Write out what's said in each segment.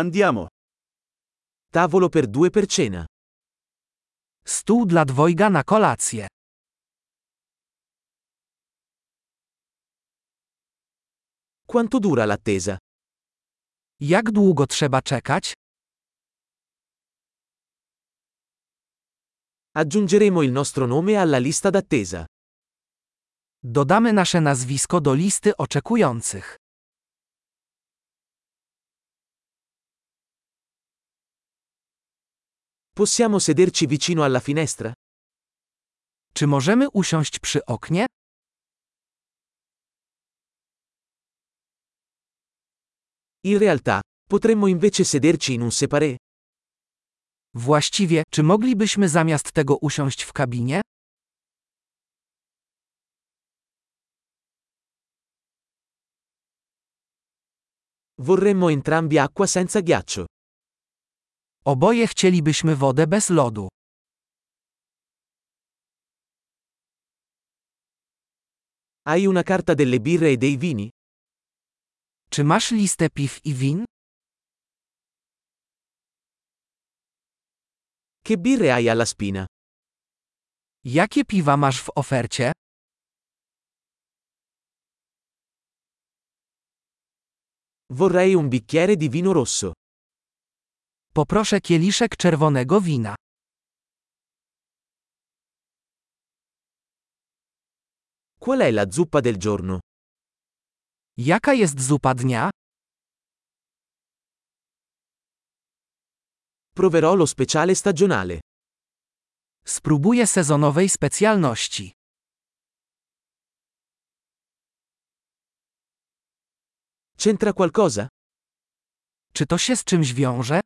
Andiamo. Tavolo per due per cena. Stół dla dwojga na kolację. Quanto dura l'attesa? Jak długo trzeba czekać? Aggiungeremo il nostro nome alla lista d'attesa. Dodamy nasze nazwisko do listy oczekujących. Possiamo sederci vicino alla finestra? Czy możemy usiąść przy oknie? In realtà, potremmo invece sederci in un separé. Właściwie, czy moglibyśmy zamiast tego usiąść w kabinie? Vorremmo entrambi acqua senza ghiaccio. Oboje chcielibyśmy wodę bez lodu. Hai una carta delle birre e dei vini? Czy masz listę piw i win? Che birre hai alla spina? Jakie piwa masz w ofercie? Vorrei un bicchiere di vino rosso. Poproszę kieliszek czerwonego wina. Qual è la zuppa del giorno? Jaka jest zupa dnia? Proverò lo speciale stagionale. Spróbuję sezonowej specjalności. C'entra qualcosa? Czy to się z czymś wiąże?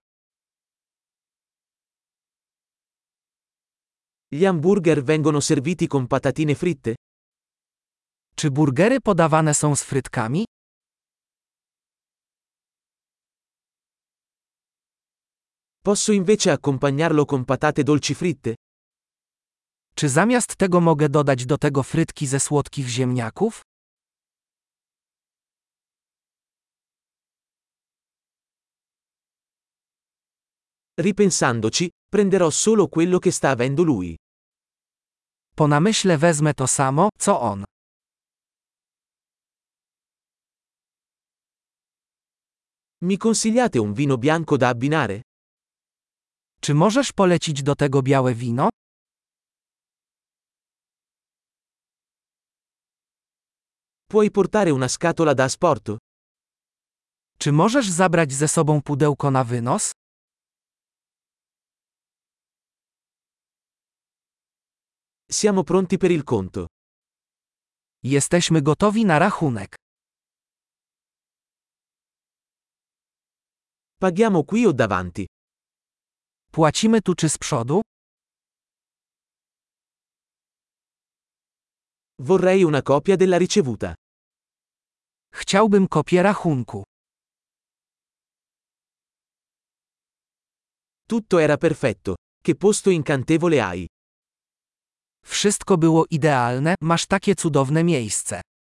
Gli hamburger vengono serviti con patatine fritte? Czy burgery podawane są z frytkami? Posso invece accompagnarlo con patate dolci fritte? Czy zamiast tego mogę dodać do tego frytki ze słodkich ziemniaków? Ripensandoci, prenderò solo quello che sta avendo lui. Po namyśle wezmę to samo, co on. Mi consigliate un vino bianco da abbinare? Czy możesz polecić do tego białe wino? Puoi portare una scatola da asporto? Czy możesz zabrać ze sobą pudełko na wynos? Siamo pronti per il conto. Jesteśmy gotowi na rachunek. Paghiamo qui o davanti? Płacimy tu czy z przodu? Vorrei una copia della ricevuta. Chciałbym kopię rachunku. Tutto era perfetto. Che posto incantevole hai. Wszystko było idealne, masz takie cudowne miejsce.